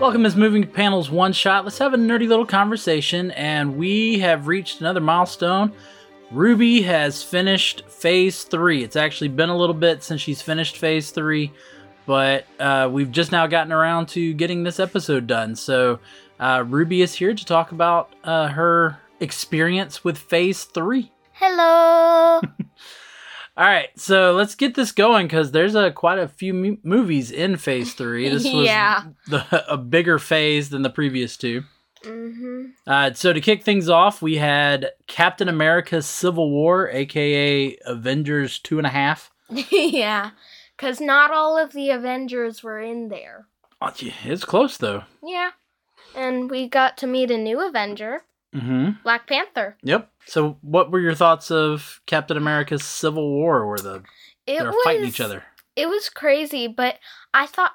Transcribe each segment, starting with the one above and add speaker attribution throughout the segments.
Speaker 1: Welcome to Moving Panels One Shot. Let's have a nerdy little conversation, and we have reached another milestone. Ruby has finished phase three. It's actually been a little bit since she's finished phase three, but uh, we've just now gotten around to getting this episode done. So, uh, Ruby is here to talk about uh, her experience with phase three.
Speaker 2: Hello.
Speaker 1: All right, so let's get this going because there's a quite a few mu- movies in Phase Three. This was
Speaker 2: Yeah.
Speaker 1: the, a bigger phase than the previous two.
Speaker 2: mm-hmm.
Speaker 1: Uh, so to kick things off, we had Captain America: Civil War, aka Avengers Two and a Half.
Speaker 2: yeah. Because not all of the Avengers were in there.
Speaker 1: Oh, gee, It's close though.
Speaker 2: Yeah. And we got to meet a new Avenger,
Speaker 1: Mm-hmm.
Speaker 2: Black Panther.
Speaker 1: Yep. So what were your thoughts of Captain America's Civil War, where the
Speaker 2: It
Speaker 1: they're
Speaker 2: was
Speaker 1: fighting each other?
Speaker 2: It was crazy, but I thought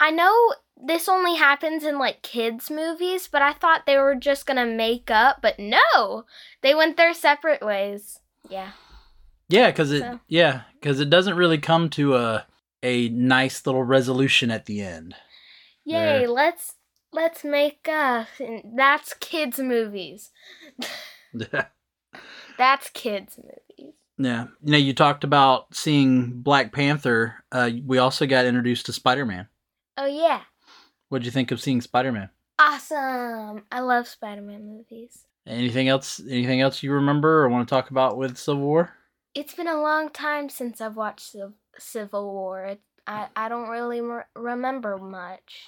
Speaker 2: I know this only happens in like kids movies, but I thought they were just going to make up, but no. They went their separate ways. Yeah.
Speaker 1: Yeah, because it
Speaker 2: So-
Speaker 1: yeah because it doesn't really come to a a nice little resolution at the end.
Speaker 2: Yay,
Speaker 1: There.
Speaker 2: let's let's make up. And that's kids movies. That's kids movies.
Speaker 1: Yeah. You know, you talked about seeing Black Panther. Uh, we also got introduced to Spider Man.
Speaker 2: Oh yeah.
Speaker 1: What'd you think of seeing Spider Man?
Speaker 2: Awesome. I love Spider-Man movies.
Speaker 1: Anything else? Anything else you remember or want to talk about with Civil War?
Speaker 2: It's been a long time since I've watched Civ- Civil War. It, I I don't really mer- remember much.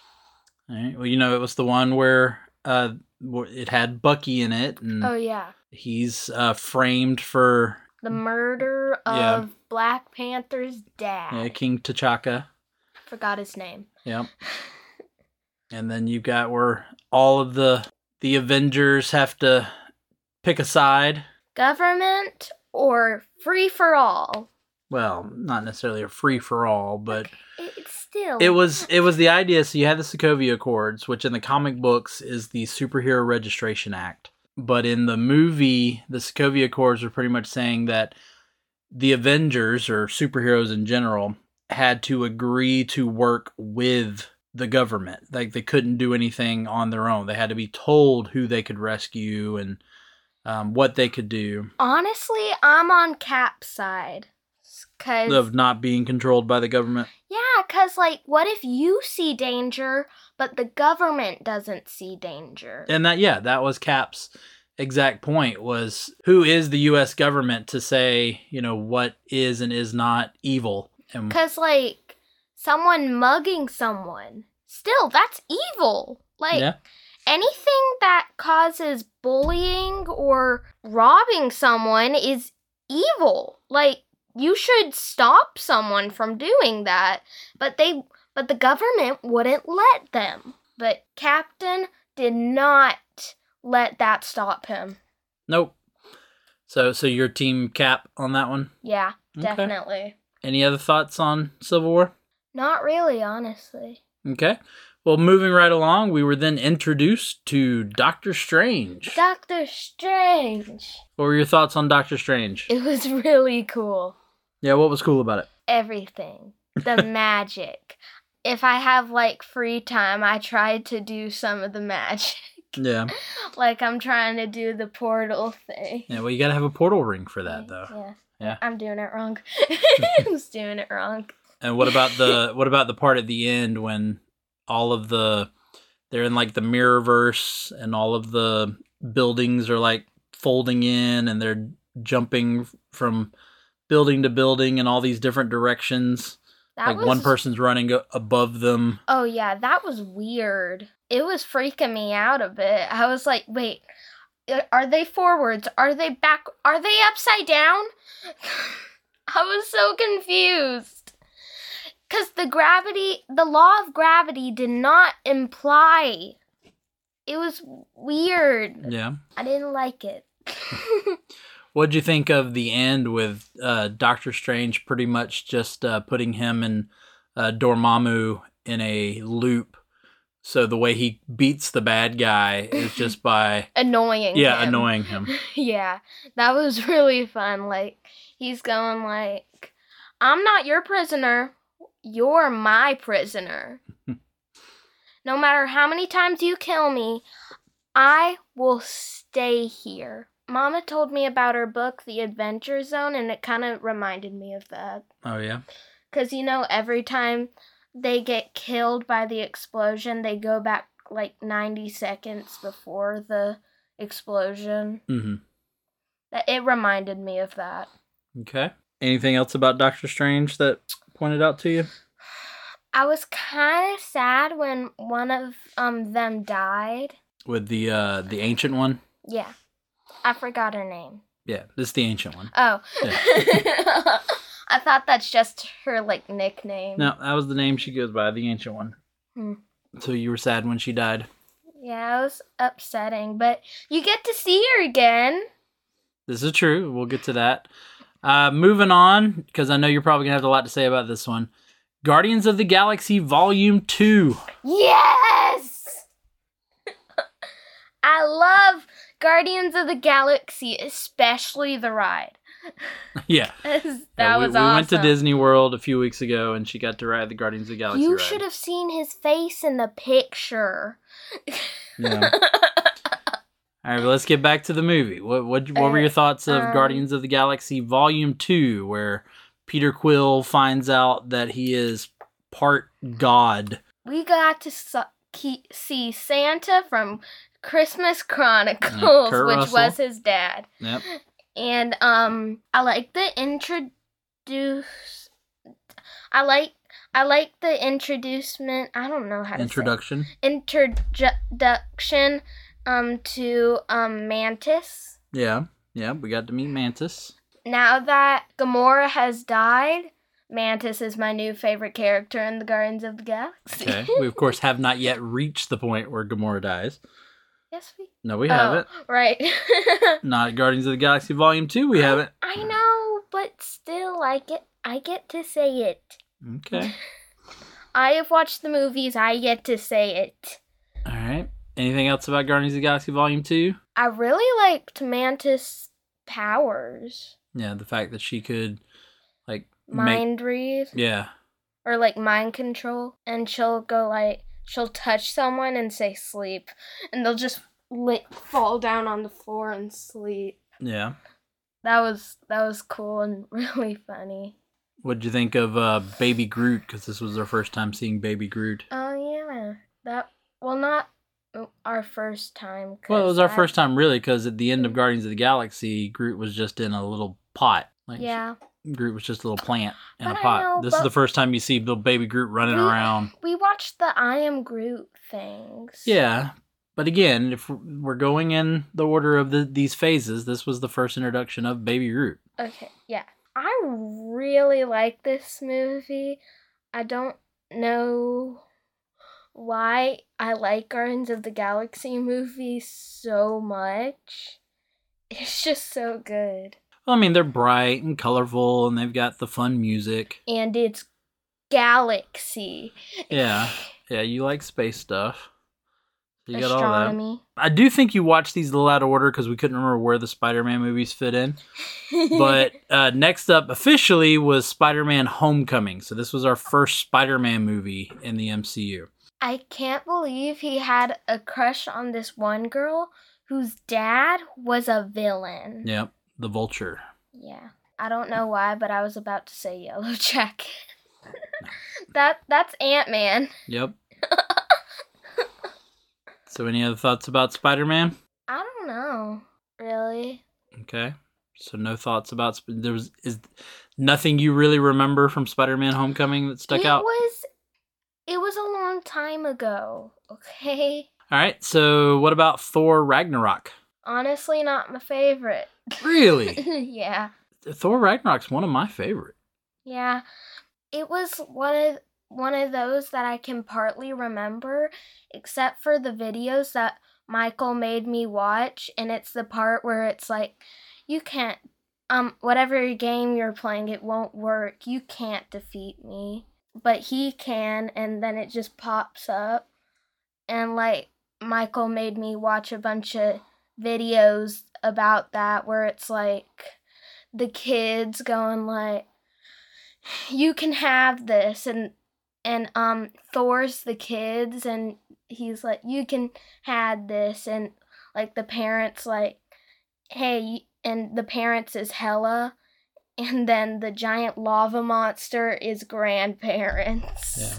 Speaker 1: All right. Well, you know, it was the one where uh, wh- it had Bucky in it, and
Speaker 2: Oh yeah.
Speaker 1: he's uh, framed for
Speaker 2: The murder of
Speaker 1: Hmm. Yeah.
Speaker 2: Black Panther's dad.
Speaker 1: uh, King T'Chaka.
Speaker 2: Forgot his name.
Speaker 1: Yep. and then you got where all of the the Avengers have to pick a side.
Speaker 2: Government or free for all.
Speaker 1: Well, not necessarily a free for all, but
Speaker 2: It, it's still
Speaker 1: it was it was the idea so you had the sokovia accords which in the comic books is the superhero registration act but in the movie the sokovia accords were pretty much saying that the avengers or superheroes in general had to agree to work with the government like they couldn't do anything on their own they had to be told who they could rescue and um, what they could do
Speaker 2: honestly I'm on Cap's side. Cause
Speaker 1: of not being controlled by the government
Speaker 2: Yeah, because, like, what if you see danger, but the government doesn't see danger?
Speaker 1: and that yeah that was cap's exact point was who is the us government to say you know what is and is not evil and
Speaker 2: Because, like, someone mugging someone, still, that's evil. Like,
Speaker 1: yeah
Speaker 2: anything that causes bullying or robbing someone is evil. Like, you should stop someone from doing that, but they but the government wouldn't let them. But Captain did not let that stop him.
Speaker 1: nope so so your team cap on that one
Speaker 2: Yeah.
Speaker 1: Okay.
Speaker 2: Definitely.
Speaker 1: any other thoughts on civil war
Speaker 2: Not really, honestly.
Speaker 1: okay well moving right along we were then introduced to doctor strange
Speaker 2: Doctor Strange.
Speaker 1: what were your thoughts on doctor strange
Speaker 2: It was really cool.
Speaker 1: yeah what was cool about it
Speaker 2: Everything. The magic. If I have like free time, I try to do some of the magic.
Speaker 1: yeah
Speaker 2: like I'm trying to do the portal thing.
Speaker 1: yeah well you gotta have a portal ring for that though
Speaker 2: Yeah.
Speaker 1: Yeah.
Speaker 2: I'm doing it wrong. I'm just doing it wrong.
Speaker 1: And what about the what about the part at the end when all of the they're in like the mirrorverse and all of the buildings are like folding in and they're jumping from building to building in all these different directions.
Speaker 2: That
Speaker 1: like
Speaker 2: was
Speaker 1: one person's running a- above them.
Speaker 2: Oh yeah, that was weird. It was freaking me out a bit. I was like, wait, a- are they forwards? Are they back? Are they upside down? I was so confused. Cuz the gravity, the law of gravity did not imply. It was weird.
Speaker 1: Yeah.
Speaker 2: I didn't like it.
Speaker 1: What'd you think of the end with uh, Doctor Strange pretty much just uh, putting him and uh, Dormammu in a loop? So the way he beats the bad guy is just by
Speaker 2: annoying.
Speaker 1: yeah
Speaker 2: him.
Speaker 1: annoying him.
Speaker 2: Yeah, that was really fun. Like he's going like, "I'm not your prisoner. You're my prisoner." No matter how many times you kill me, I will stay here. Mama told me about her book, The Adventure Zone, and it kind of reminded me of that.
Speaker 1: Oh yeah.
Speaker 2: Because, you know, every time they get killed by the explosion, they go back like 90 seconds before the explosion.
Speaker 1: hmm
Speaker 2: That- It reminded me of that.
Speaker 1: Okay. Anything else about Doctor Strange that pointed out to you?
Speaker 2: I was kind of sad when one of um them died.
Speaker 1: With the uh the ancient one?
Speaker 2: Yeah. I forgot her name.
Speaker 1: Yeah, this is the ancient one.
Speaker 2: Oh. I thought that's just her like nickname.
Speaker 1: No, that was the name she goes by, the ancient one.
Speaker 2: Hmm.
Speaker 1: So you were sad when she died.
Speaker 2: Yeah, it was upsetting, but you get to see her again.
Speaker 1: This is true. We'll get to that. Uh, moving on, because I know you're probably gonna have a lot to say about this one. Guardians of the Galaxy Volume Two.
Speaker 2: Yes! I love Guardians of the Galaxy, especially the ride.
Speaker 1: yeah,
Speaker 2: that
Speaker 1: Yeah, we,
Speaker 2: was
Speaker 1: we
Speaker 2: awesome.
Speaker 1: went to Disney World a few weeks ago, and she got to ride the Guardians of the Galaxy.
Speaker 2: you
Speaker 1: ride.
Speaker 2: should have seen his face in the picture.
Speaker 1: Yeah. All right, but let's get back to the movie. What what, what were your thoughts of
Speaker 2: um,
Speaker 1: Guardians of the Galaxy Volume Two, where Peter Quill finds out that he is part god?
Speaker 2: We got to su- ke- see Santa from Christmas Chronicles,
Speaker 1: Mm, Kurt
Speaker 2: which
Speaker 1: Russell.
Speaker 2: was his dad.
Speaker 1: Yep.
Speaker 2: and um i like the introduce i like i like the introducement i don't know how to
Speaker 1: Introduction.
Speaker 2: say it. introduction um to um mantis
Speaker 1: Yeah. Yeah. We got to meet Mantis.
Speaker 2: now that gamora has died mantis is my new favorite character in the gardens of the galaxy
Speaker 1: Okay. we of course have not yet reached the point where Gamora dies.
Speaker 2: yes we,
Speaker 1: No, we haven't.
Speaker 2: Oh, right
Speaker 1: Not Guardians of the Galaxy Volume Two. We haven't.
Speaker 2: i know but still i get i get to say it
Speaker 1: Okay.
Speaker 2: I have watched the movies. I get to say it.
Speaker 1: All right. Anything else about Guardians of the Galaxy Volume Two?
Speaker 2: I really liked Mantis' powers.
Speaker 1: Yeah, the fact that she could, like, make.
Speaker 2: Mind read
Speaker 1: Yeah.
Speaker 2: or like mind control. And she'll go like, she'll touch someone and say sleep. And they'll just li- fall down on the floor and sleep.
Speaker 1: Yeah.
Speaker 2: That was that was cool and really funny.
Speaker 1: What would you think of uh, Baby Groot? Because this was our first time seeing Baby Groot.
Speaker 2: Oh yeah, that well not our first time. 'cause
Speaker 1: Well, it was our
Speaker 2: I-
Speaker 1: first time really, because at the end of
Speaker 2: Mm.
Speaker 1: Guardians of the Galaxy, Groot was just in a little pot. Like
Speaker 2: Yeah,
Speaker 1: Groot was just a little plant in
Speaker 2: But
Speaker 1: a
Speaker 2: I
Speaker 1: pot.
Speaker 2: know,
Speaker 1: this is
Speaker 2: but-
Speaker 1: the first time you see the Baby Groot running
Speaker 2: We-
Speaker 1: around.
Speaker 2: we watched the I am Groot things.
Speaker 1: Yeah, but again, if we're going in the order of the, these phases, this was the first introduction of Baby Groot.
Speaker 2: Okay, yeah. I really like this movie. I don't know why I like Guardians of the Galaxy movies so much. It's just so good.
Speaker 1: Well, I mean, they're bright and colorful, and they've got the fun music.
Speaker 2: And it's galaxy.
Speaker 1: Yeah, yeah, you like space stuff. You got all that.
Speaker 2: Astronomy.
Speaker 1: I do think you watched these a little out of order because we couldn't remember where the Spider-Man movies fit in. But uh, next up, officially, was Spider-Man: Homecoming. So this was our first Spider-Man movie in the MCU.
Speaker 2: I can't believe he had a crush on this one girl whose dad was a villain.
Speaker 1: Yep, the Vulture.
Speaker 2: Yeah. I don't know why, but I was about to say yellow jacket. that that's Ant Man.
Speaker 1: Yep. so any other thoughts about Spider-Man?
Speaker 2: I don't know. Really?
Speaker 1: Okay. So no thoughts about Sp- there was is nothing you really remember from Spider-Man: Homecoming that stuck
Speaker 2: it
Speaker 1: out.
Speaker 2: was it was a long time ago, okay?
Speaker 1: All right. So what about Thor: Ragnarok?
Speaker 2: Honestly not my favorite.
Speaker 1: Really,
Speaker 2: yeah.
Speaker 1: Thor: Ragnarok's one of my favorite.
Speaker 2: Yeah. It was one of one of those that I can partly remember except for the videos that Michael made me watch and it's the part where it's like you can't um whatever game you're playing it won't work. You can't defeat me. But he can and then it just pops up. And like Michael made me watch a bunch of videos about that where it's like the kids going like you can have this and and um thor's the kids and he's like, you can had this, and like the parents like, hey, you- and the parents is Hella, and then the giant lava monster is grandparents.
Speaker 1: Yeah.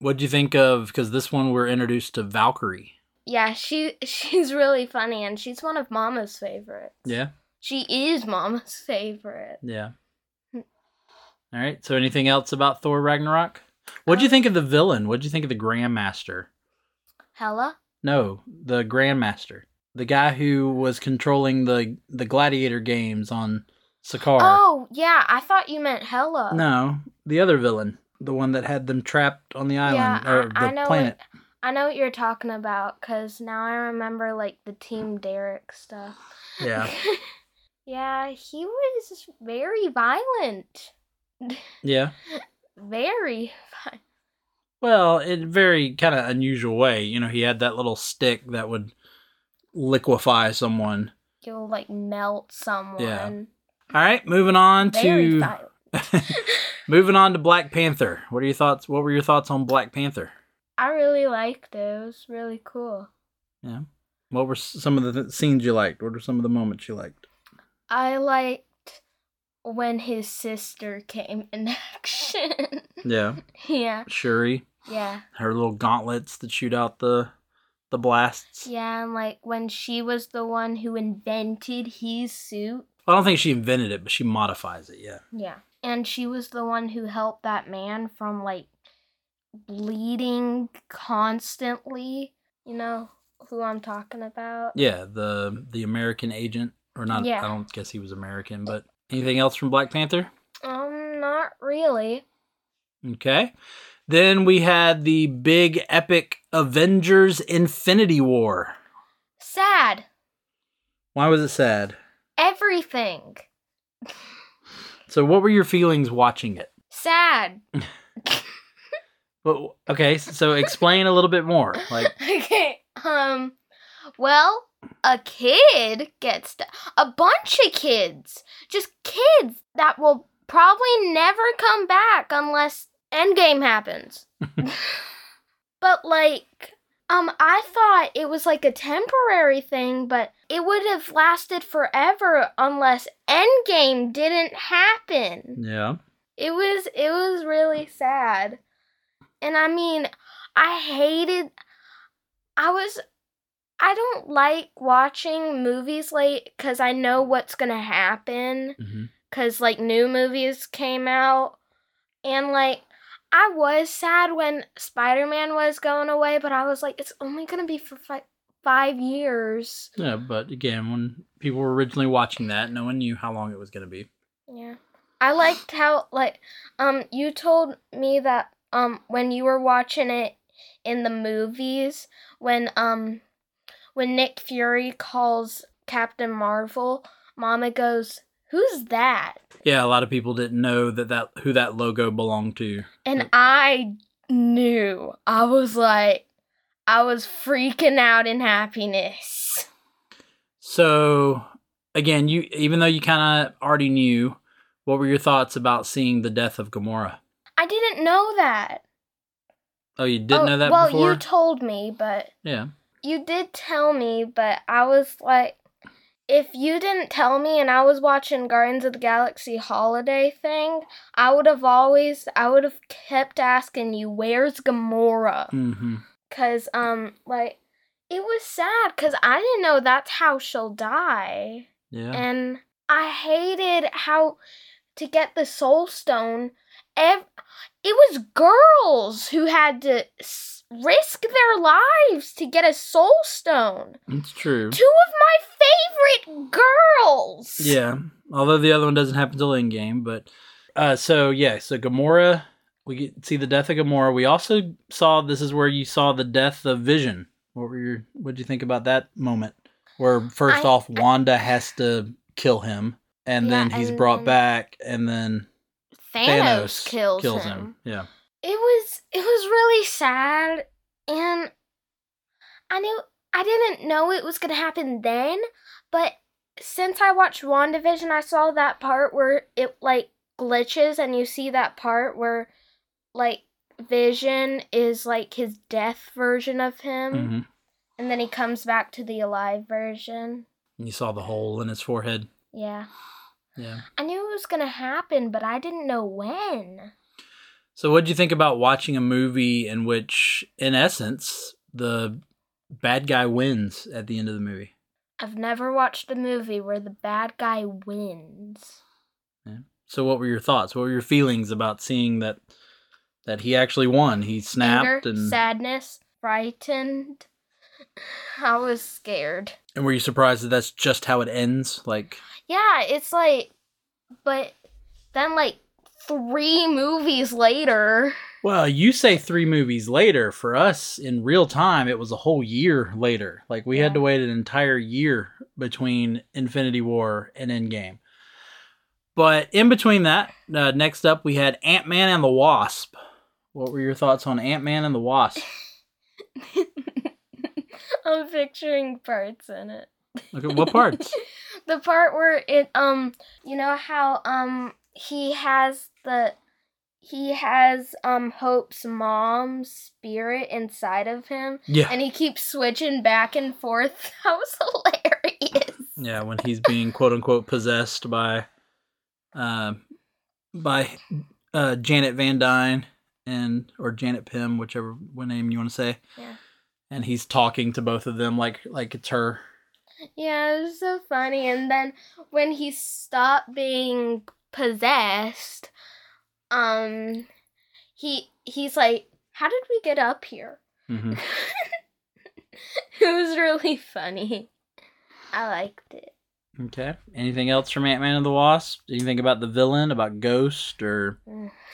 Speaker 1: What do you think of? Because this one we're introduced to Valkyrie.
Speaker 2: Yeah, she she's really funny and she's one of Mama's favorites.
Speaker 1: Yeah.
Speaker 2: She is Mama's favorite.
Speaker 1: Yeah.
Speaker 2: Hmm.
Speaker 1: All right. So, anything else about Thor Ragnarok? What
Speaker 2: Uh,
Speaker 1: do you think of the villain? What do you think of the Grandmaster?
Speaker 2: Hella?
Speaker 1: No, the Grandmaster, the guy who was controlling the the gladiator games on Sakaar.
Speaker 2: Oh, yeah, I thought you meant Hella.
Speaker 1: No, the other villain, the one that had them trapped on the
Speaker 2: yeah,
Speaker 1: island
Speaker 2: I,
Speaker 1: or the
Speaker 2: I know
Speaker 1: planet.
Speaker 2: What, I know what you're talking about cuz now I remember like the Team Derek stuff.
Speaker 1: Yeah,
Speaker 2: yeah, he was very violent.
Speaker 1: yeah.
Speaker 2: Very violent.
Speaker 1: Well, in a very kind of unusual way, you know, he had that little stick that would liquefy someone.
Speaker 2: He'll like melt someone.
Speaker 1: All right, moving on to
Speaker 2: Very violent.
Speaker 1: moving on to Black Panther. What are your thoughts? What were your thoughts on Black Panther?
Speaker 2: I really liked it. It was really cool.
Speaker 1: What were s- some of the th- scenes you liked? What were some of the moments you liked?
Speaker 2: I liked when his sister came in action.
Speaker 1: Yeah,
Speaker 2: yeah,
Speaker 1: Shuri,
Speaker 2: yeah,
Speaker 1: her little gauntlets that shoot out the the blasts.
Speaker 2: yeah, and like when she was the one who invented his suit.
Speaker 1: I don't think she invented it, but she modifies it. Yeah.
Speaker 2: Yeah. And she was the one who helped that man from like bleeding constantly. You know who I'm talking about?
Speaker 1: Yeah, the the American agent, or not?
Speaker 2: Yeah.
Speaker 1: I don't guess he was American, but anything else from Black Panther?
Speaker 2: Um, not really.
Speaker 1: Okay. Then we had the big epic Avengers Infinity War.
Speaker 2: Sad.
Speaker 1: Why was it sad?
Speaker 2: Everything.
Speaker 1: So, what were your feelings watching it?
Speaker 2: Sad.
Speaker 1: But okay, so explain a little bit more. Like,
Speaker 2: okay. Um. Well, a kid gets to, a bunch of kids, just kids that will probably never come back unless Endgame happens. but like, um, I thought it was like a temporary thing, but it would have lasted forever unless Endgame didn't happen.
Speaker 1: yeah,
Speaker 2: It was it was really sad. And I mean, I hated I was I don't like watching movies late cuz I know what's going to happen
Speaker 1: hmm
Speaker 2: cuz like new movies came out and like I was sad when Spider-Man was going away, but I was like it's only going to be for fi- 5 years.
Speaker 1: yeah. But again, when people were originally watching that, no one knew how long it was going to be.
Speaker 2: Yeah. I liked how like um you told me that um when you were watching it in the movies when um when Nick Fury calls Captain Marvel, Mama goes, "Who's that?"
Speaker 1: Yeah, a lot of people didn't know that that who that logo belonged to.
Speaker 2: And I knew. I was like I was freaking out in happiness.
Speaker 1: So again, you even though you kind of already knew, what were your thoughts about seeing the death of Gamora?
Speaker 2: I didn't know that.
Speaker 1: Oh, you didn't
Speaker 2: Oh,
Speaker 1: know that
Speaker 2: well,
Speaker 1: before.
Speaker 2: you told me, but
Speaker 1: yeah,
Speaker 2: you did tell me, but I was like, if you didn't tell me and I was watching Guardians of the Galaxy holiday thing, I would have always, I would have kept asking you, where's Gamora?
Speaker 1: hmm
Speaker 2: Cause, um, like, it was sad because I didn't know that's how she'll die.
Speaker 1: yeah,
Speaker 2: And I hated how to get the soul stone. Ev- it was girls who had to s- risk their lives to get a soul stone.
Speaker 1: it's true.
Speaker 2: Two of my favorite girls.
Speaker 1: Yeah, although the other one doesn't happen till in game, but uh, so yeah, so Gamora, we get, see the death of Gamora. We also saw this is where you saw the death of Vision. What were your what did you think about that moment? Where first
Speaker 2: I-
Speaker 1: off, Wanda has to kill him, and then
Speaker 2: Yeah,
Speaker 1: he's
Speaker 2: and
Speaker 1: brought
Speaker 2: then-
Speaker 1: back, and then Thanos,
Speaker 2: kills, him.
Speaker 1: Yeah,
Speaker 2: It was it was really sad and I knew I didn't know it was gonna happen then, but since I watched WandaVision I saw that part where it like glitches and you see that part where like Vision is like his death version of him,
Speaker 1: hmm
Speaker 2: and then he comes back to the alive version.
Speaker 1: You saw the hole in his forehead.
Speaker 2: Yeah.
Speaker 1: Yeah.
Speaker 2: I knew it was going to happen, but I didn't know when.
Speaker 1: So, what do you think about watching a movie in which, in essence, the bad guy wins at the end of the movie?
Speaker 2: I've never watched a movie where the bad guy wins.
Speaker 1: So, what were your thoughts? What were your feelings about seeing that that he actually won? He snapped,
Speaker 2: Anger,
Speaker 1: and
Speaker 2: sadness, frightened. I was scared.
Speaker 1: and were you surprised that that's just how it ends? Like,
Speaker 2: Yeah, it's like, but then like three movies later.
Speaker 1: well, you say three movies later. For us, in real time, it was a whole year later. Like, we had
Speaker 2: Yeah.
Speaker 1: to wait an entire year between Infinity War and Endgame. But in between that, uh, next up, we had Ant Man and the Wasp. What were your thoughts on Ant Man and the Wasp?
Speaker 2: I'm picturing parts in it.
Speaker 1: Look at what parts?
Speaker 2: The part where it um you know how um he has the he has um Hope's mom's spirit inside of him
Speaker 1: Yeah.
Speaker 2: and he keeps switching back and forth. That was hilarious.
Speaker 1: Yeah, when he's being quote unquote possessed by, uh, by uh, Janet Van Dyne and or Janet Pym, whichever one name you want to say.
Speaker 2: Yeah.
Speaker 1: And he's talking to both of them like like it's her.
Speaker 2: Yeah, it was so funny. And then when he stopped being possessed, um he he's like, How did we get up here?
Speaker 1: hmm
Speaker 2: It was really funny. I liked it.
Speaker 1: Okay. Anything else from Ant Man and the Wasp? Anything about the villain? About Ghost or?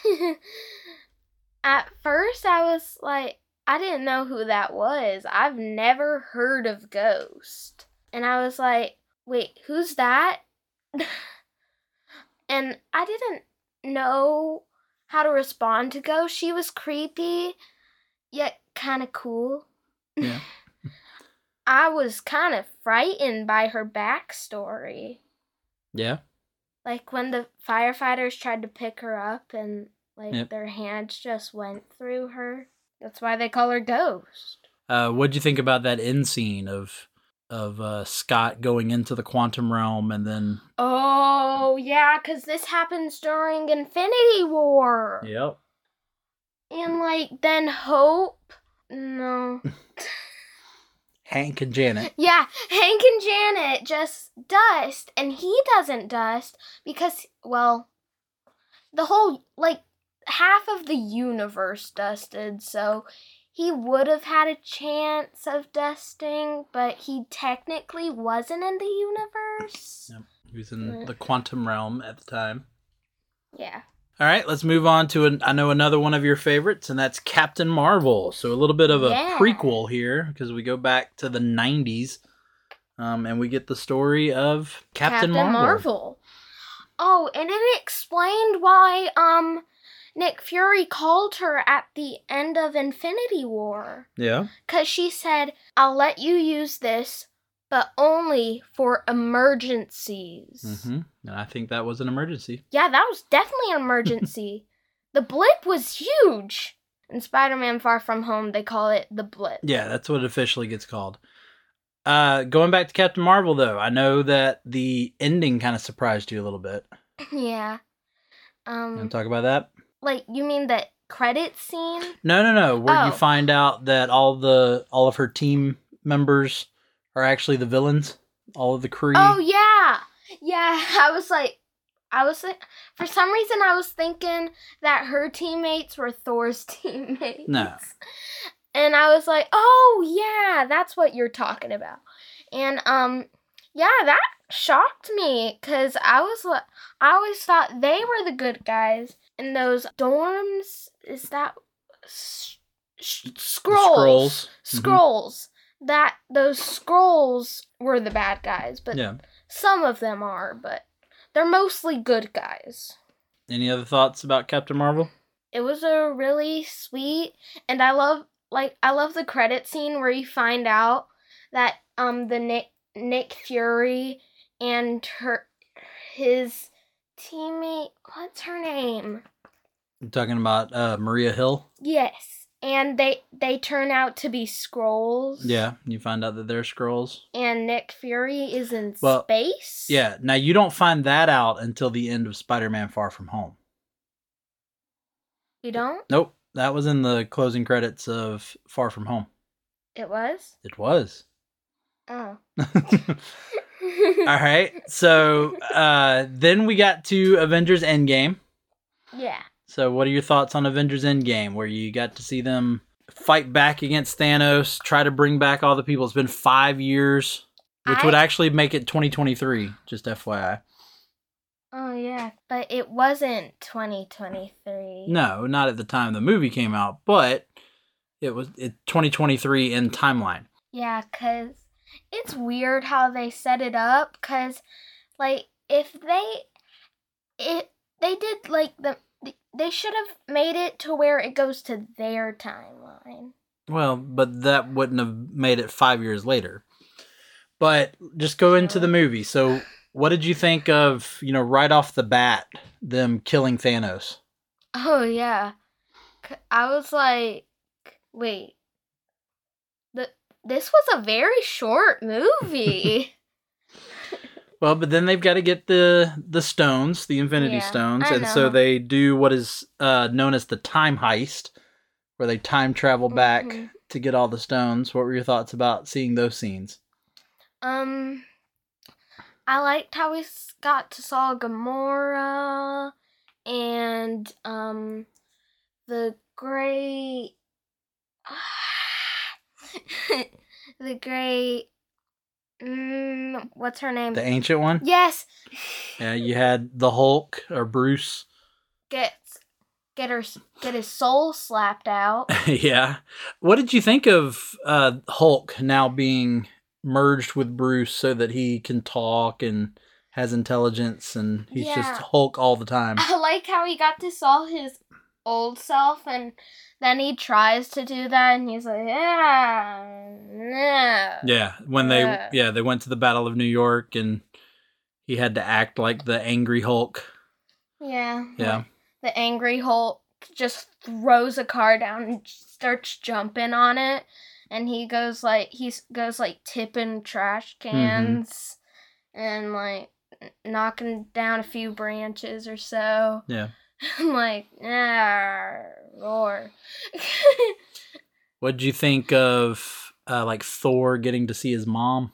Speaker 2: At first, I was like, I didn't know who that was. I've never heard of Ghost. And I was like, wait, who's that? and I didn't know how to respond to Ghost. She was creepy, yet kind of cool.
Speaker 1: Yeah.
Speaker 2: I was kind of frightened by her backstory.
Speaker 1: Yeah.
Speaker 2: Like when the firefighters tried to pick her up and like
Speaker 1: Yep.
Speaker 2: their hands just went through her. That's why they call her Ghost.
Speaker 1: Uh, what would you think about that end scene of of uh, Scott going into the quantum realm and then?
Speaker 2: Oh, yeah, because this happens during Infinity War.
Speaker 1: Yep.
Speaker 2: And like then Hope. No.
Speaker 1: Hank and Janet.
Speaker 2: Yeah, Hank and Janet just dust, and he doesn't dust because, well, the whole, like, half of the universe dusted, so he would have had a chance of dusting, but he technically wasn't in the universe.
Speaker 1: Yeah. He was in the quantum realm at the time.
Speaker 2: Yeah.
Speaker 1: All right, let's move on to an, I know another one of your favorites, and that's Captain Marvel. So a little bit of a
Speaker 2: Yeah.
Speaker 1: prequel here because we go back to the '90s, um, and we get the story of Captain, Marvel.
Speaker 2: Oh, and it explained why, um, Nick Fury called her at the end of Infinity War.
Speaker 1: Yeah,
Speaker 2: Because she said, I'll let you use this, but only for emergencies.
Speaker 1: hmm and I think that was an emergency.
Speaker 2: Yeah, that was definitely an emergency. the blip was huge. In Spider Man Far From Home, they call it the blip.
Speaker 1: Yeah, that's what it officially gets called. Uh, going back to Captain Marvel, though, I know that the ending kind of surprised you a little bit.
Speaker 2: yeah.
Speaker 1: You
Speaker 2: Um,
Speaker 1: want to talk about that?
Speaker 2: like, you mean that credit scene?
Speaker 1: No, no, no. Where you
Speaker 2: Oh.
Speaker 1: find out that all the all of her team members are actually the villains. All of the Kree.
Speaker 2: Oh, yeah. Yeah, I was like, I was like, for some reason, I was thinking that her teammates were Thor's teammates.
Speaker 1: No.
Speaker 2: and I was like, "Oh yeah, that's what you're talking about." And um, yeah, that shocked me because I was like, I always thought they were the good guys in those dorms. Is that s- sh- scrolls?
Speaker 1: Scrolls. Mhm.
Speaker 2: Scrolls. That those scrolls were the bad guys, but
Speaker 1: Yeah.
Speaker 2: some of them are, but they're mostly good guys.
Speaker 1: Any other thoughts about Captain Marvel?
Speaker 2: it was a really sweet and i love like i love the credit scene where you find out that um the nick nick fury and her his teammate what's her name
Speaker 1: I'm talking about uh, Maria Hill.
Speaker 2: Yes. And they they turn out to be scrolls.
Speaker 1: Yeah, you find out that they're scrolls.
Speaker 2: And Nick Fury is in
Speaker 1: Well,
Speaker 2: space.
Speaker 1: Yeah. Now you don't find that out until the end of Spider-Man: Far From Home.
Speaker 2: You don't?
Speaker 1: Nope, that was in the closing credits of Far From Home.
Speaker 2: It was?
Speaker 1: It was.
Speaker 2: Oh.
Speaker 1: All right. So uh, then we got to Avengers Endgame.
Speaker 2: yeah.
Speaker 1: So, what are your thoughts on Avengers Endgame, where you got to see them fight back against Thanos, try to bring back all the people? It's been five years, which would
Speaker 2: I-
Speaker 1: actually make it 2023, just FYI.
Speaker 2: Oh yeah. But it wasn't twenty twenty three.
Speaker 1: No, not at the time the movie came out, but it was it 2023 in timeline.
Speaker 2: Yeah, cuz it's weird how they set it up cuz like if they it they did like the they should have made it to where it goes to their timeline.
Speaker 1: Well, but that wouldn't have made it five years later. But just go into the movie. So, what did you think of, you know, right off the bat, them killing Thanos?
Speaker 2: Oh yeah. C- I was like wait. The this was a very short movie.
Speaker 1: Well, but then they've got to get the the stones, the Infinity
Speaker 2: Yeah,
Speaker 1: Stones,
Speaker 2: I
Speaker 1: and so
Speaker 2: know.
Speaker 1: they do what is uh, known as the time heist, where they time travel back
Speaker 2: Mhm.
Speaker 1: to get all the stones. What were your thoughts about seeing those scenes?
Speaker 2: Um, I liked how we s- got to saw Gamora and um the great the great mm, what's her name?
Speaker 1: The ancient one,
Speaker 2: yes,
Speaker 1: yeah. You had the Hulk or Bruce,
Speaker 2: gets get her s- get his soul slapped out.
Speaker 1: yeah. What did you think of uh, Hulk now being merged with Bruce so that he can talk and has intelligence and he's just
Speaker 2: Yeah.
Speaker 1: Hulk all the time?
Speaker 2: I like how he got to saw his old self and then he tries to do that and he's like, yeah, no.
Speaker 1: Yeah, when they
Speaker 2: Yeah.
Speaker 1: yeah they went to the Battle of New York and he had to act like the angry Hulk.
Speaker 2: Yeah.
Speaker 1: Yeah,
Speaker 2: The angry Hulk just throws a car down and starts jumping on it, and he goes like he s- goes like tipping trash
Speaker 1: Mm-hmm.
Speaker 2: cans, and like n- knocking down a few branches or so.
Speaker 1: yeah.
Speaker 2: I'm like, ah, roar.
Speaker 1: What would you think of uh, like Thor getting to see his mom?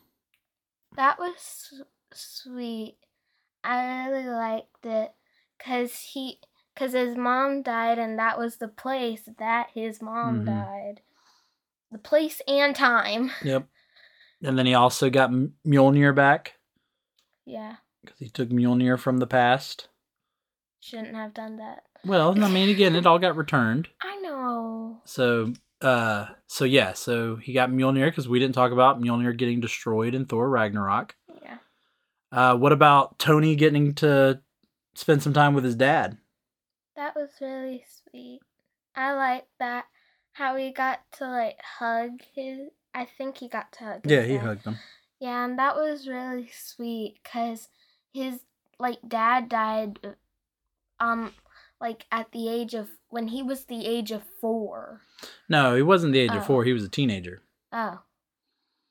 Speaker 2: That was s- sweet. I really liked it cuz he cuz his mom died and that was the place that his mom
Speaker 1: Mhm.
Speaker 2: died. The place and time.
Speaker 1: Yep. And then he also got M- Mjolnir back
Speaker 2: Yeah.
Speaker 1: because he took Mjolnir from the past.
Speaker 2: Shouldn't have done that.
Speaker 1: Well, I mean, again, it all got returned.
Speaker 2: I know.
Speaker 1: So, uh, so yeah, so he got Mjolnir because we didn't talk about Mjolnir getting destroyed in Thor Ragnarok.
Speaker 2: Yeah.
Speaker 1: Uh, what about Tony getting to spend some time with his dad?
Speaker 2: That was really sweet. I like that how he got to like hug his I think he got to hug. his dad.
Speaker 1: him.
Speaker 2: Yeah, and that was really sweet because his like dad died, uh, um, like at the age of when he was the age of four.
Speaker 1: No, he wasn't the age of
Speaker 2: Oh.
Speaker 1: four. He was a teenager.
Speaker 2: Oh,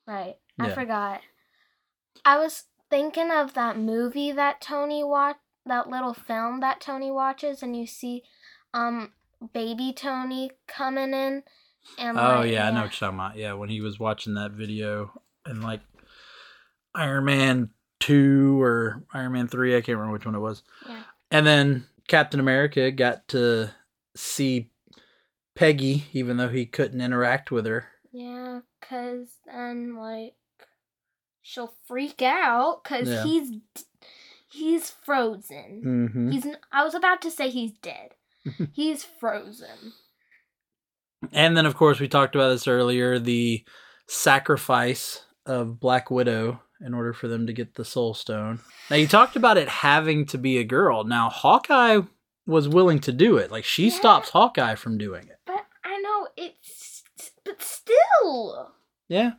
Speaker 2: right. I
Speaker 1: Yeah.
Speaker 2: forgot. I was thinking of that movie that Tony watch, that little film that Tony watches, and you see, um, baby Tony coming in, and
Speaker 1: Oh
Speaker 2: like,
Speaker 1: yeah, I know what you're talking about. Yeah, when he was watching that video and like Iron Man two or Iron Man three, I can't remember which one it was.
Speaker 2: Yeah.
Speaker 1: And then Captain America got to see Peggy, even though he couldn't interact with her.
Speaker 2: Yeah, cause then like she'll freak out cause
Speaker 1: Yeah.
Speaker 2: he's d- he's frozen.
Speaker 1: Mm-hmm.
Speaker 2: He's n- I was about to say he's dead. he's frozen.
Speaker 1: And then, of course, we talked about this earlier the sacrifice of Black Widow in order for them to get the Soul Stone. Now, you talked about it having to be a girl. Now, Hawkeye was willing to do it. Like, she
Speaker 2: Yeah.
Speaker 1: stops Hawkeye from doing it.
Speaker 2: But I know it's but still
Speaker 1: Yeah.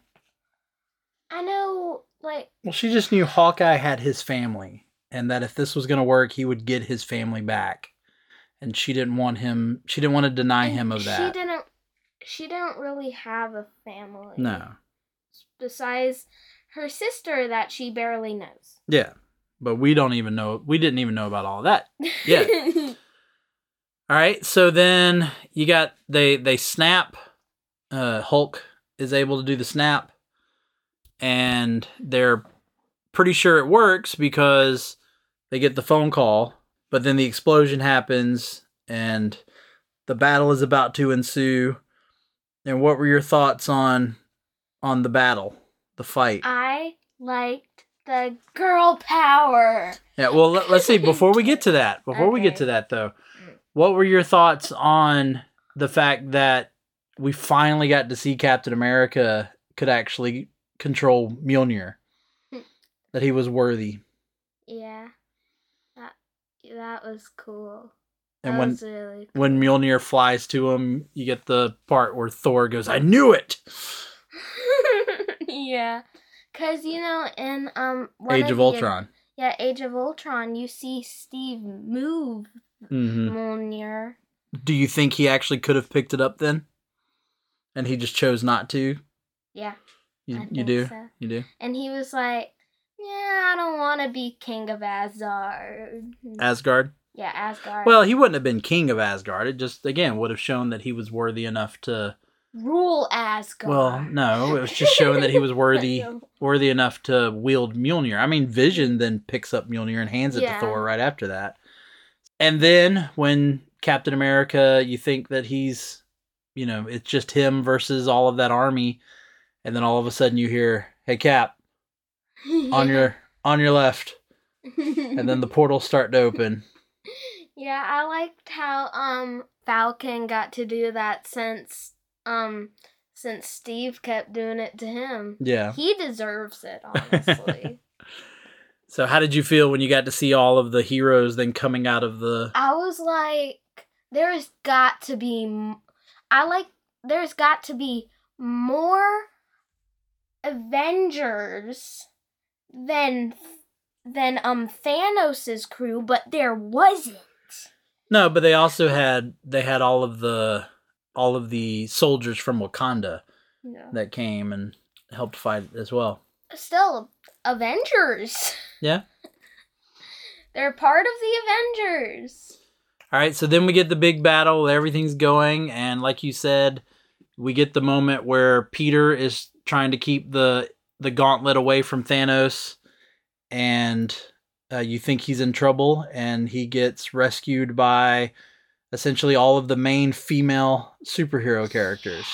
Speaker 2: I know like
Speaker 1: Well, she just knew Hawkeye had his family and that if this was going to work, he would get his family back. and she didn't want him. She didn't want to deny
Speaker 2: And
Speaker 1: him of
Speaker 2: She
Speaker 1: that.
Speaker 2: didn't. She didn't really have a family.
Speaker 1: No.
Speaker 2: Besides her sister that she barely knows.
Speaker 1: Yeah. But we don't even know. We didn't even know about all that. Yeah. All right. So then you got they they snap. Uh, Hulk is able to do the snap, and they're pretty sure it works because they get the phone call. But then the explosion happens, and the battle is about to ensue. And what were your thoughts on on the battle, the fight?
Speaker 2: I liked the girl power.
Speaker 1: Yeah, well, let, us see. Before we get to that, before we get
Speaker 2: Okay.
Speaker 1: to that, though, what were your thoughts on the fact that we finally got to see Captain America could actually control Mjolnir?
Speaker 2: Hmm.
Speaker 1: That he was worthy,
Speaker 2: Yeah. That that was cool.
Speaker 1: and
Speaker 2: that
Speaker 1: when
Speaker 2: was really
Speaker 1: when Mjolnir flies to him, you get the part where Thor goes, "I knew it."
Speaker 2: Yeah. Cause you know in um one
Speaker 1: Age of
Speaker 2: the-
Speaker 1: Ultron.
Speaker 2: yeah, Age of Ultron, you see Steve move
Speaker 1: hmm
Speaker 2: Mjolnir.
Speaker 1: Do you think he actually could have picked it up then, and he just chose not to?
Speaker 2: Yeah. I
Speaker 1: You, you
Speaker 2: think
Speaker 1: do.
Speaker 2: so.
Speaker 1: You do.
Speaker 2: And he was like, Yeah, I don't wanna be king of Asgard.
Speaker 1: Asgard.
Speaker 2: yeah, Asgard.
Speaker 1: Well, he wouldn't have been king of Asgard. It just again would have shown that he was worthy enough to.
Speaker 2: rule Asgard.
Speaker 1: Well, no, it was just showing that he was worthy, worthy enough to wield Mjolnir. I mean, Vision then picks up Mjolnir and hands it
Speaker 2: Yeah.
Speaker 1: to Thor right after that. And then when Captain America, you think that he's, you know, it's just him versus all of that army, and then all of a sudden you hear, "Hey, Cap, on your on your left," and then the portals start to open.
Speaker 2: Yeah, I liked how um Falcon got to do that since um since Steve kept doing it to him.
Speaker 1: Yeah.
Speaker 2: He deserves it, honestly.
Speaker 1: So how did you feel when you got to see all of the heroes then coming out of the
Speaker 2: I was like there's got to be m- I like there's got to be more Avengers than than um Thanos's crew, but there wasn't.
Speaker 1: No, but they also had they had all of the all of the soldiers from Wakanda
Speaker 2: No.
Speaker 1: that came and helped fight as well.
Speaker 2: still Avengers.
Speaker 1: Yeah.
Speaker 2: They're part of the Avengers.
Speaker 1: All right, so then we get the big battle, everything's going and like you said, we get the moment where Peter is trying to keep the the gauntlet away from Thanos and uh, you think he's in trouble and he gets rescued by essentially all of the main female superhero characters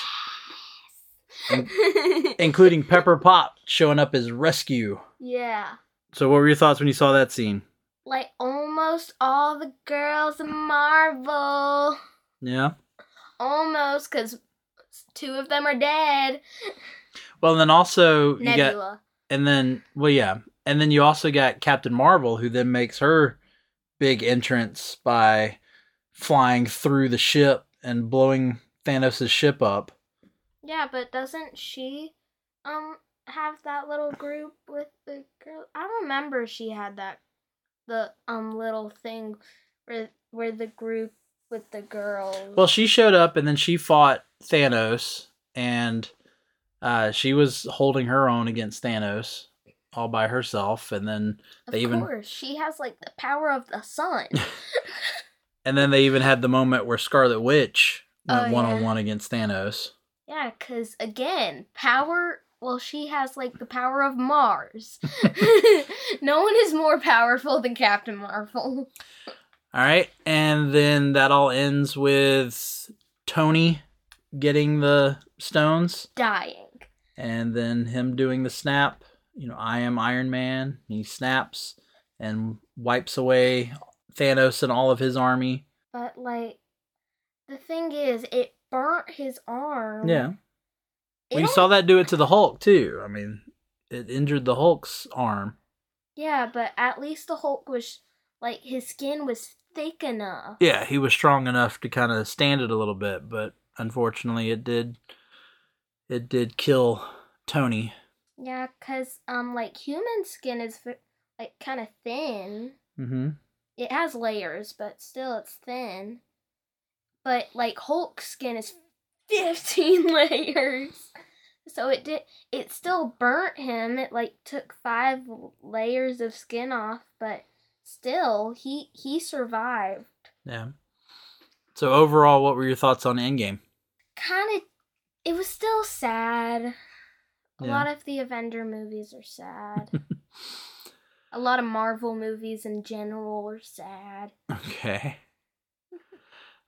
Speaker 1: including Pepper Pop showing up as rescue.
Speaker 2: yeah.
Speaker 1: So, what were your thoughts when you saw that scene?
Speaker 2: Like almost all the girls in Marvel.
Speaker 1: Yeah.
Speaker 2: Almost, because two of them are dead.
Speaker 1: Well, then also you got,
Speaker 2: Nebula.
Speaker 1: and then well, yeah, and then you also got Captain Marvel, who then makes her big entrance by flying through the ship and blowing Thanos' ship up.
Speaker 2: Yeah, but doesn't she um have that little group with the girl? I remember she had that the um little thing where where the group with the girls.
Speaker 1: Well, she showed up and then she fought Thanos, and uh, she was holding her own against Thanos all by herself. And then
Speaker 2: Of
Speaker 1: They even-
Speaker 2: course, she has like the power of the sun.
Speaker 1: And then they even had the moment where Scarlet Witch
Speaker 2: Oh,
Speaker 1: went
Speaker 2: yeah.
Speaker 1: one on one against Thanos.
Speaker 2: yeah, because again, power. Well, she has like the power of Mars. no one is more powerful than Captain Marvel.
Speaker 1: All right. And then that all ends with Tony getting the stones
Speaker 2: Dying.
Speaker 1: and then him doing the snap. You know, I am Iron Man. He snaps and wipes away Thanos and all of his army.
Speaker 2: But like, the thing is, it burnt his arm.
Speaker 1: Yeah.
Speaker 2: It
Speaker 1: We
Speaker 2: only-
Speaker 1: saw that do it to the Hulk, too. I mean, it injured the Hulk's arm.
Speaker 2: Yeah, but at least the Hulk was like his skin was thick enough.
Speaker 1: yeah, he was strong enough to kind of stand it a little bit, but unfortunately, it did it did kill Tony.
Speaker 2: Yeah, cause um, like human skin is fi- like kind of thin.
Speaker 1: Mm-hmm.
Speaker 2: It has layers, but still it's thin. But like Hulk skin is 15 layers. So it did it still burnt him. It like took 5 layers of skin off, but still he he survived.
Speaker 1: Yeah. So overall, what were your thoughts on Endgame?
Speaker 2: Kind of it was still sad. A
Speaker 1: Yeah.
Speaker 2: lot of the Avenger movies are sad. a lot of Marvel movies in general are sad.
Speaker 1: Okay.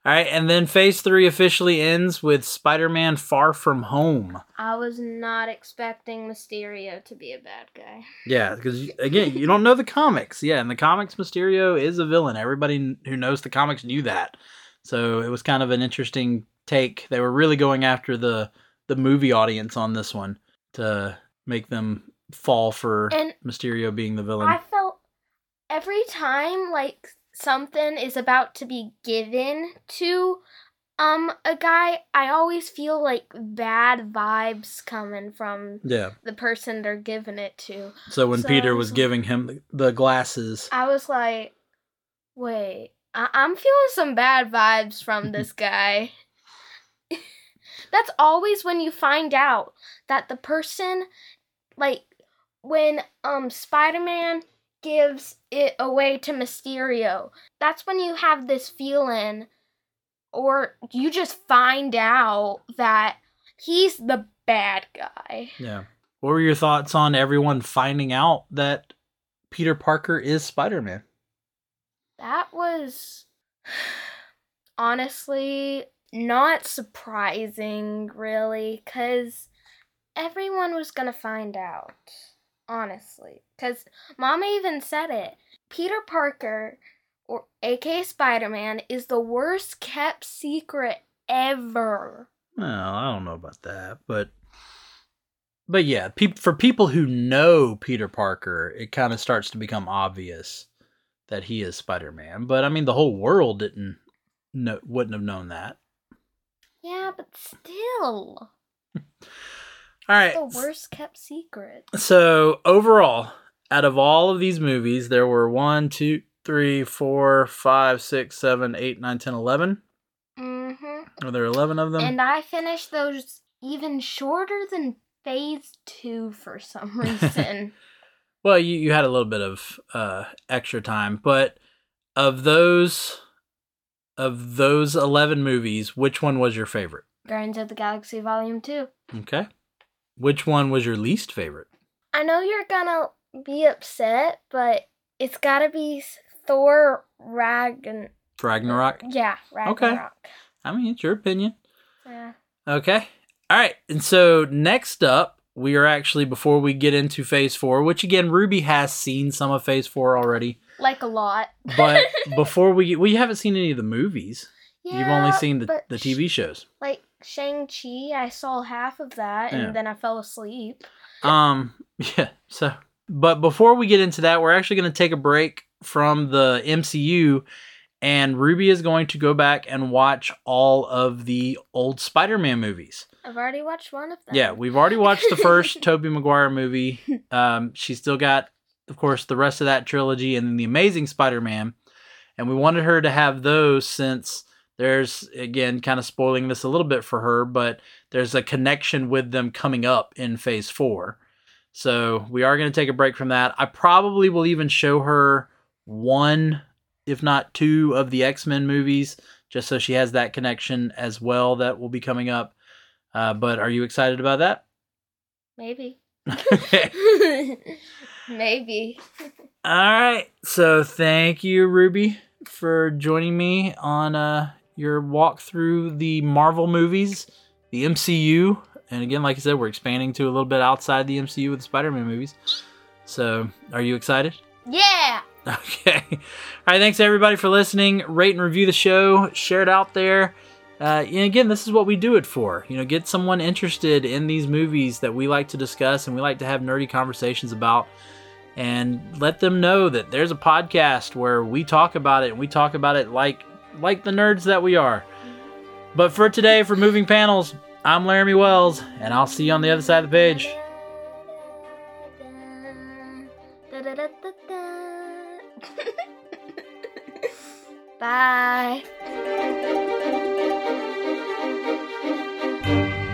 Speaker 1: All right, and then Phase Three officially ends with Spider-Man: Far From Home.
Speaker 2: I was not expecting Mysterio to be a bad guy.
Speaker 1: Yeah, because again, you don't know the comics. Yeah, in the comics, Mysterio is a villain. Everybody kn- who knows the comics knew that. So it was kind of an interesting take. They were really going after the the movie audience on this one to make them fall for
Speaker 2: And
Speaker 1: Mysterio being the villain.
Speaker 2: I felt every time like something is about to be given to um a guy, I always feel like bad vibes coming from
Speaker 1: yeah.
Speaker 2: the person they're giving it to.
Speaker 1: So when
Speaker 2: So-
Speaker 1: Peter was giving him the, the glasses,
Speaker 2: I was like, wait, I- I'm feeling some bad vibes from this guy. That's always when you find out that the person, like, when um Spider Man gives it away to Mysterio, that's when you have this feeling, or you just find out that he's the bad guy.
Speaker 1: yeah. What were your thoughts on everyone finding out that Peter Parker is Spider-Man?
Speaker 2: That was honestly not surprising, really, because everyone was going to find out. Honestly. Because Mama even said it. Peter Parker, or aka Spider Man, is the worst kept secret ever.
Speaker 1: Well, I don't know about that, but but yeah, peop for people who know Peter Parker, it kind of starts to become obvious that he is Spider-Man. But I mean, the whole world didn't know, wouldn't have known that.
Speaker 2: Yeah, but still.
Speaker 1: All right.
Speaker 2: The worst kept secret.
Speaker 1: So overall, out of all of these movies, there were one, two, three, four, five, six, seven, eight, nine, ten, eleven.
Speaker 2: Mm hmm.
Speaker 1: Were there eleven of them?
Speaker 2: And I finished those even shorter than phase two for some reason.
Speaker 1: Well, you, you had a little bit of uh, extra time, but of those of those eleven movies, which one was your favorite?
Speaker 2: Guardians of the Galaxy Volume 2.
Speaker 1: Okay, which one was your least favorite?
Speaker 2: I know you're gonna be upset, but it's gotta be s- Thor Ragn.
Speaker 1: Ragnarok.
Speaker 2: Yeah, Ragnarok.
Speaker 1: I mean, it's your opinion.
Speaker 2: Yeah.
Speaker 1: Okay. All right. And so next up, we are actually before we get into Phase Four, which again, Ruby has seen some of Phase Four already,
Speaker 2: Like a lot.
Speaker 1: but before we we haven't seen any of the movies. You've only
Speaker 2: Yeah,
Speaker 1: seen the
Speaker 2: but
Speaker 1: the
Speaker 2: sh-
Speaker 1: TV shows.
Speaker 2: Like Shang-Chi, I saw half of that and
Speaker 1: Yeah.
Speaker 2: then I fell asleep.
Speaker 1: Um, yeah. So, but before we get into that, we're actually going to take a break from the MCU, and Ruby is going to go back and watch all of the old Spider-Man movies.
Speaker 2: I've already watched one of them.
Speaker 1: Yeah, we've already watched the first Tobey Maguire movie. Um, she's still got, of course, the rest of that trilogy and then the Amazing Spider-Man. And we wanted her to have those since there's again kind of spoiling this a little bit for her, but there's a connection with them coming up in Phase Four. So we are going to take a break from that. I probably will even show her one, if not two, of the X-Men movies, just so she has that connection as well. That will be coming up. Uh, but are you excited about that?
Speaker 2: Maybe.
Speaker 1: Okay.
Speaker 2: Maybe.
Speaker 1: All right. So thank you, Ruby, for joining me on uh, your walk through the Marvel movies, the MCU. And again, like I said, we're expanding to a little bit outside the MCU with the Spider Man movies. So are you excited?
Speaker 2: Yeah.
Speaker 1: Okay. All right. Thanks everybody for listening. Rate and review the show. Share it out there. Uh, and again, this is what we do it for. You know, get someone interested in these movies that we like to discuss and we like to have nerdy conversations about, and let them know that there's a podcast where we talk about it and we talk about it like like the nerds that we are. But for today, for moving panels, I'm Laramie Wells, and I'll see you on the other side of the page.
Speaker 2: Da-da-da-da-da. Bye.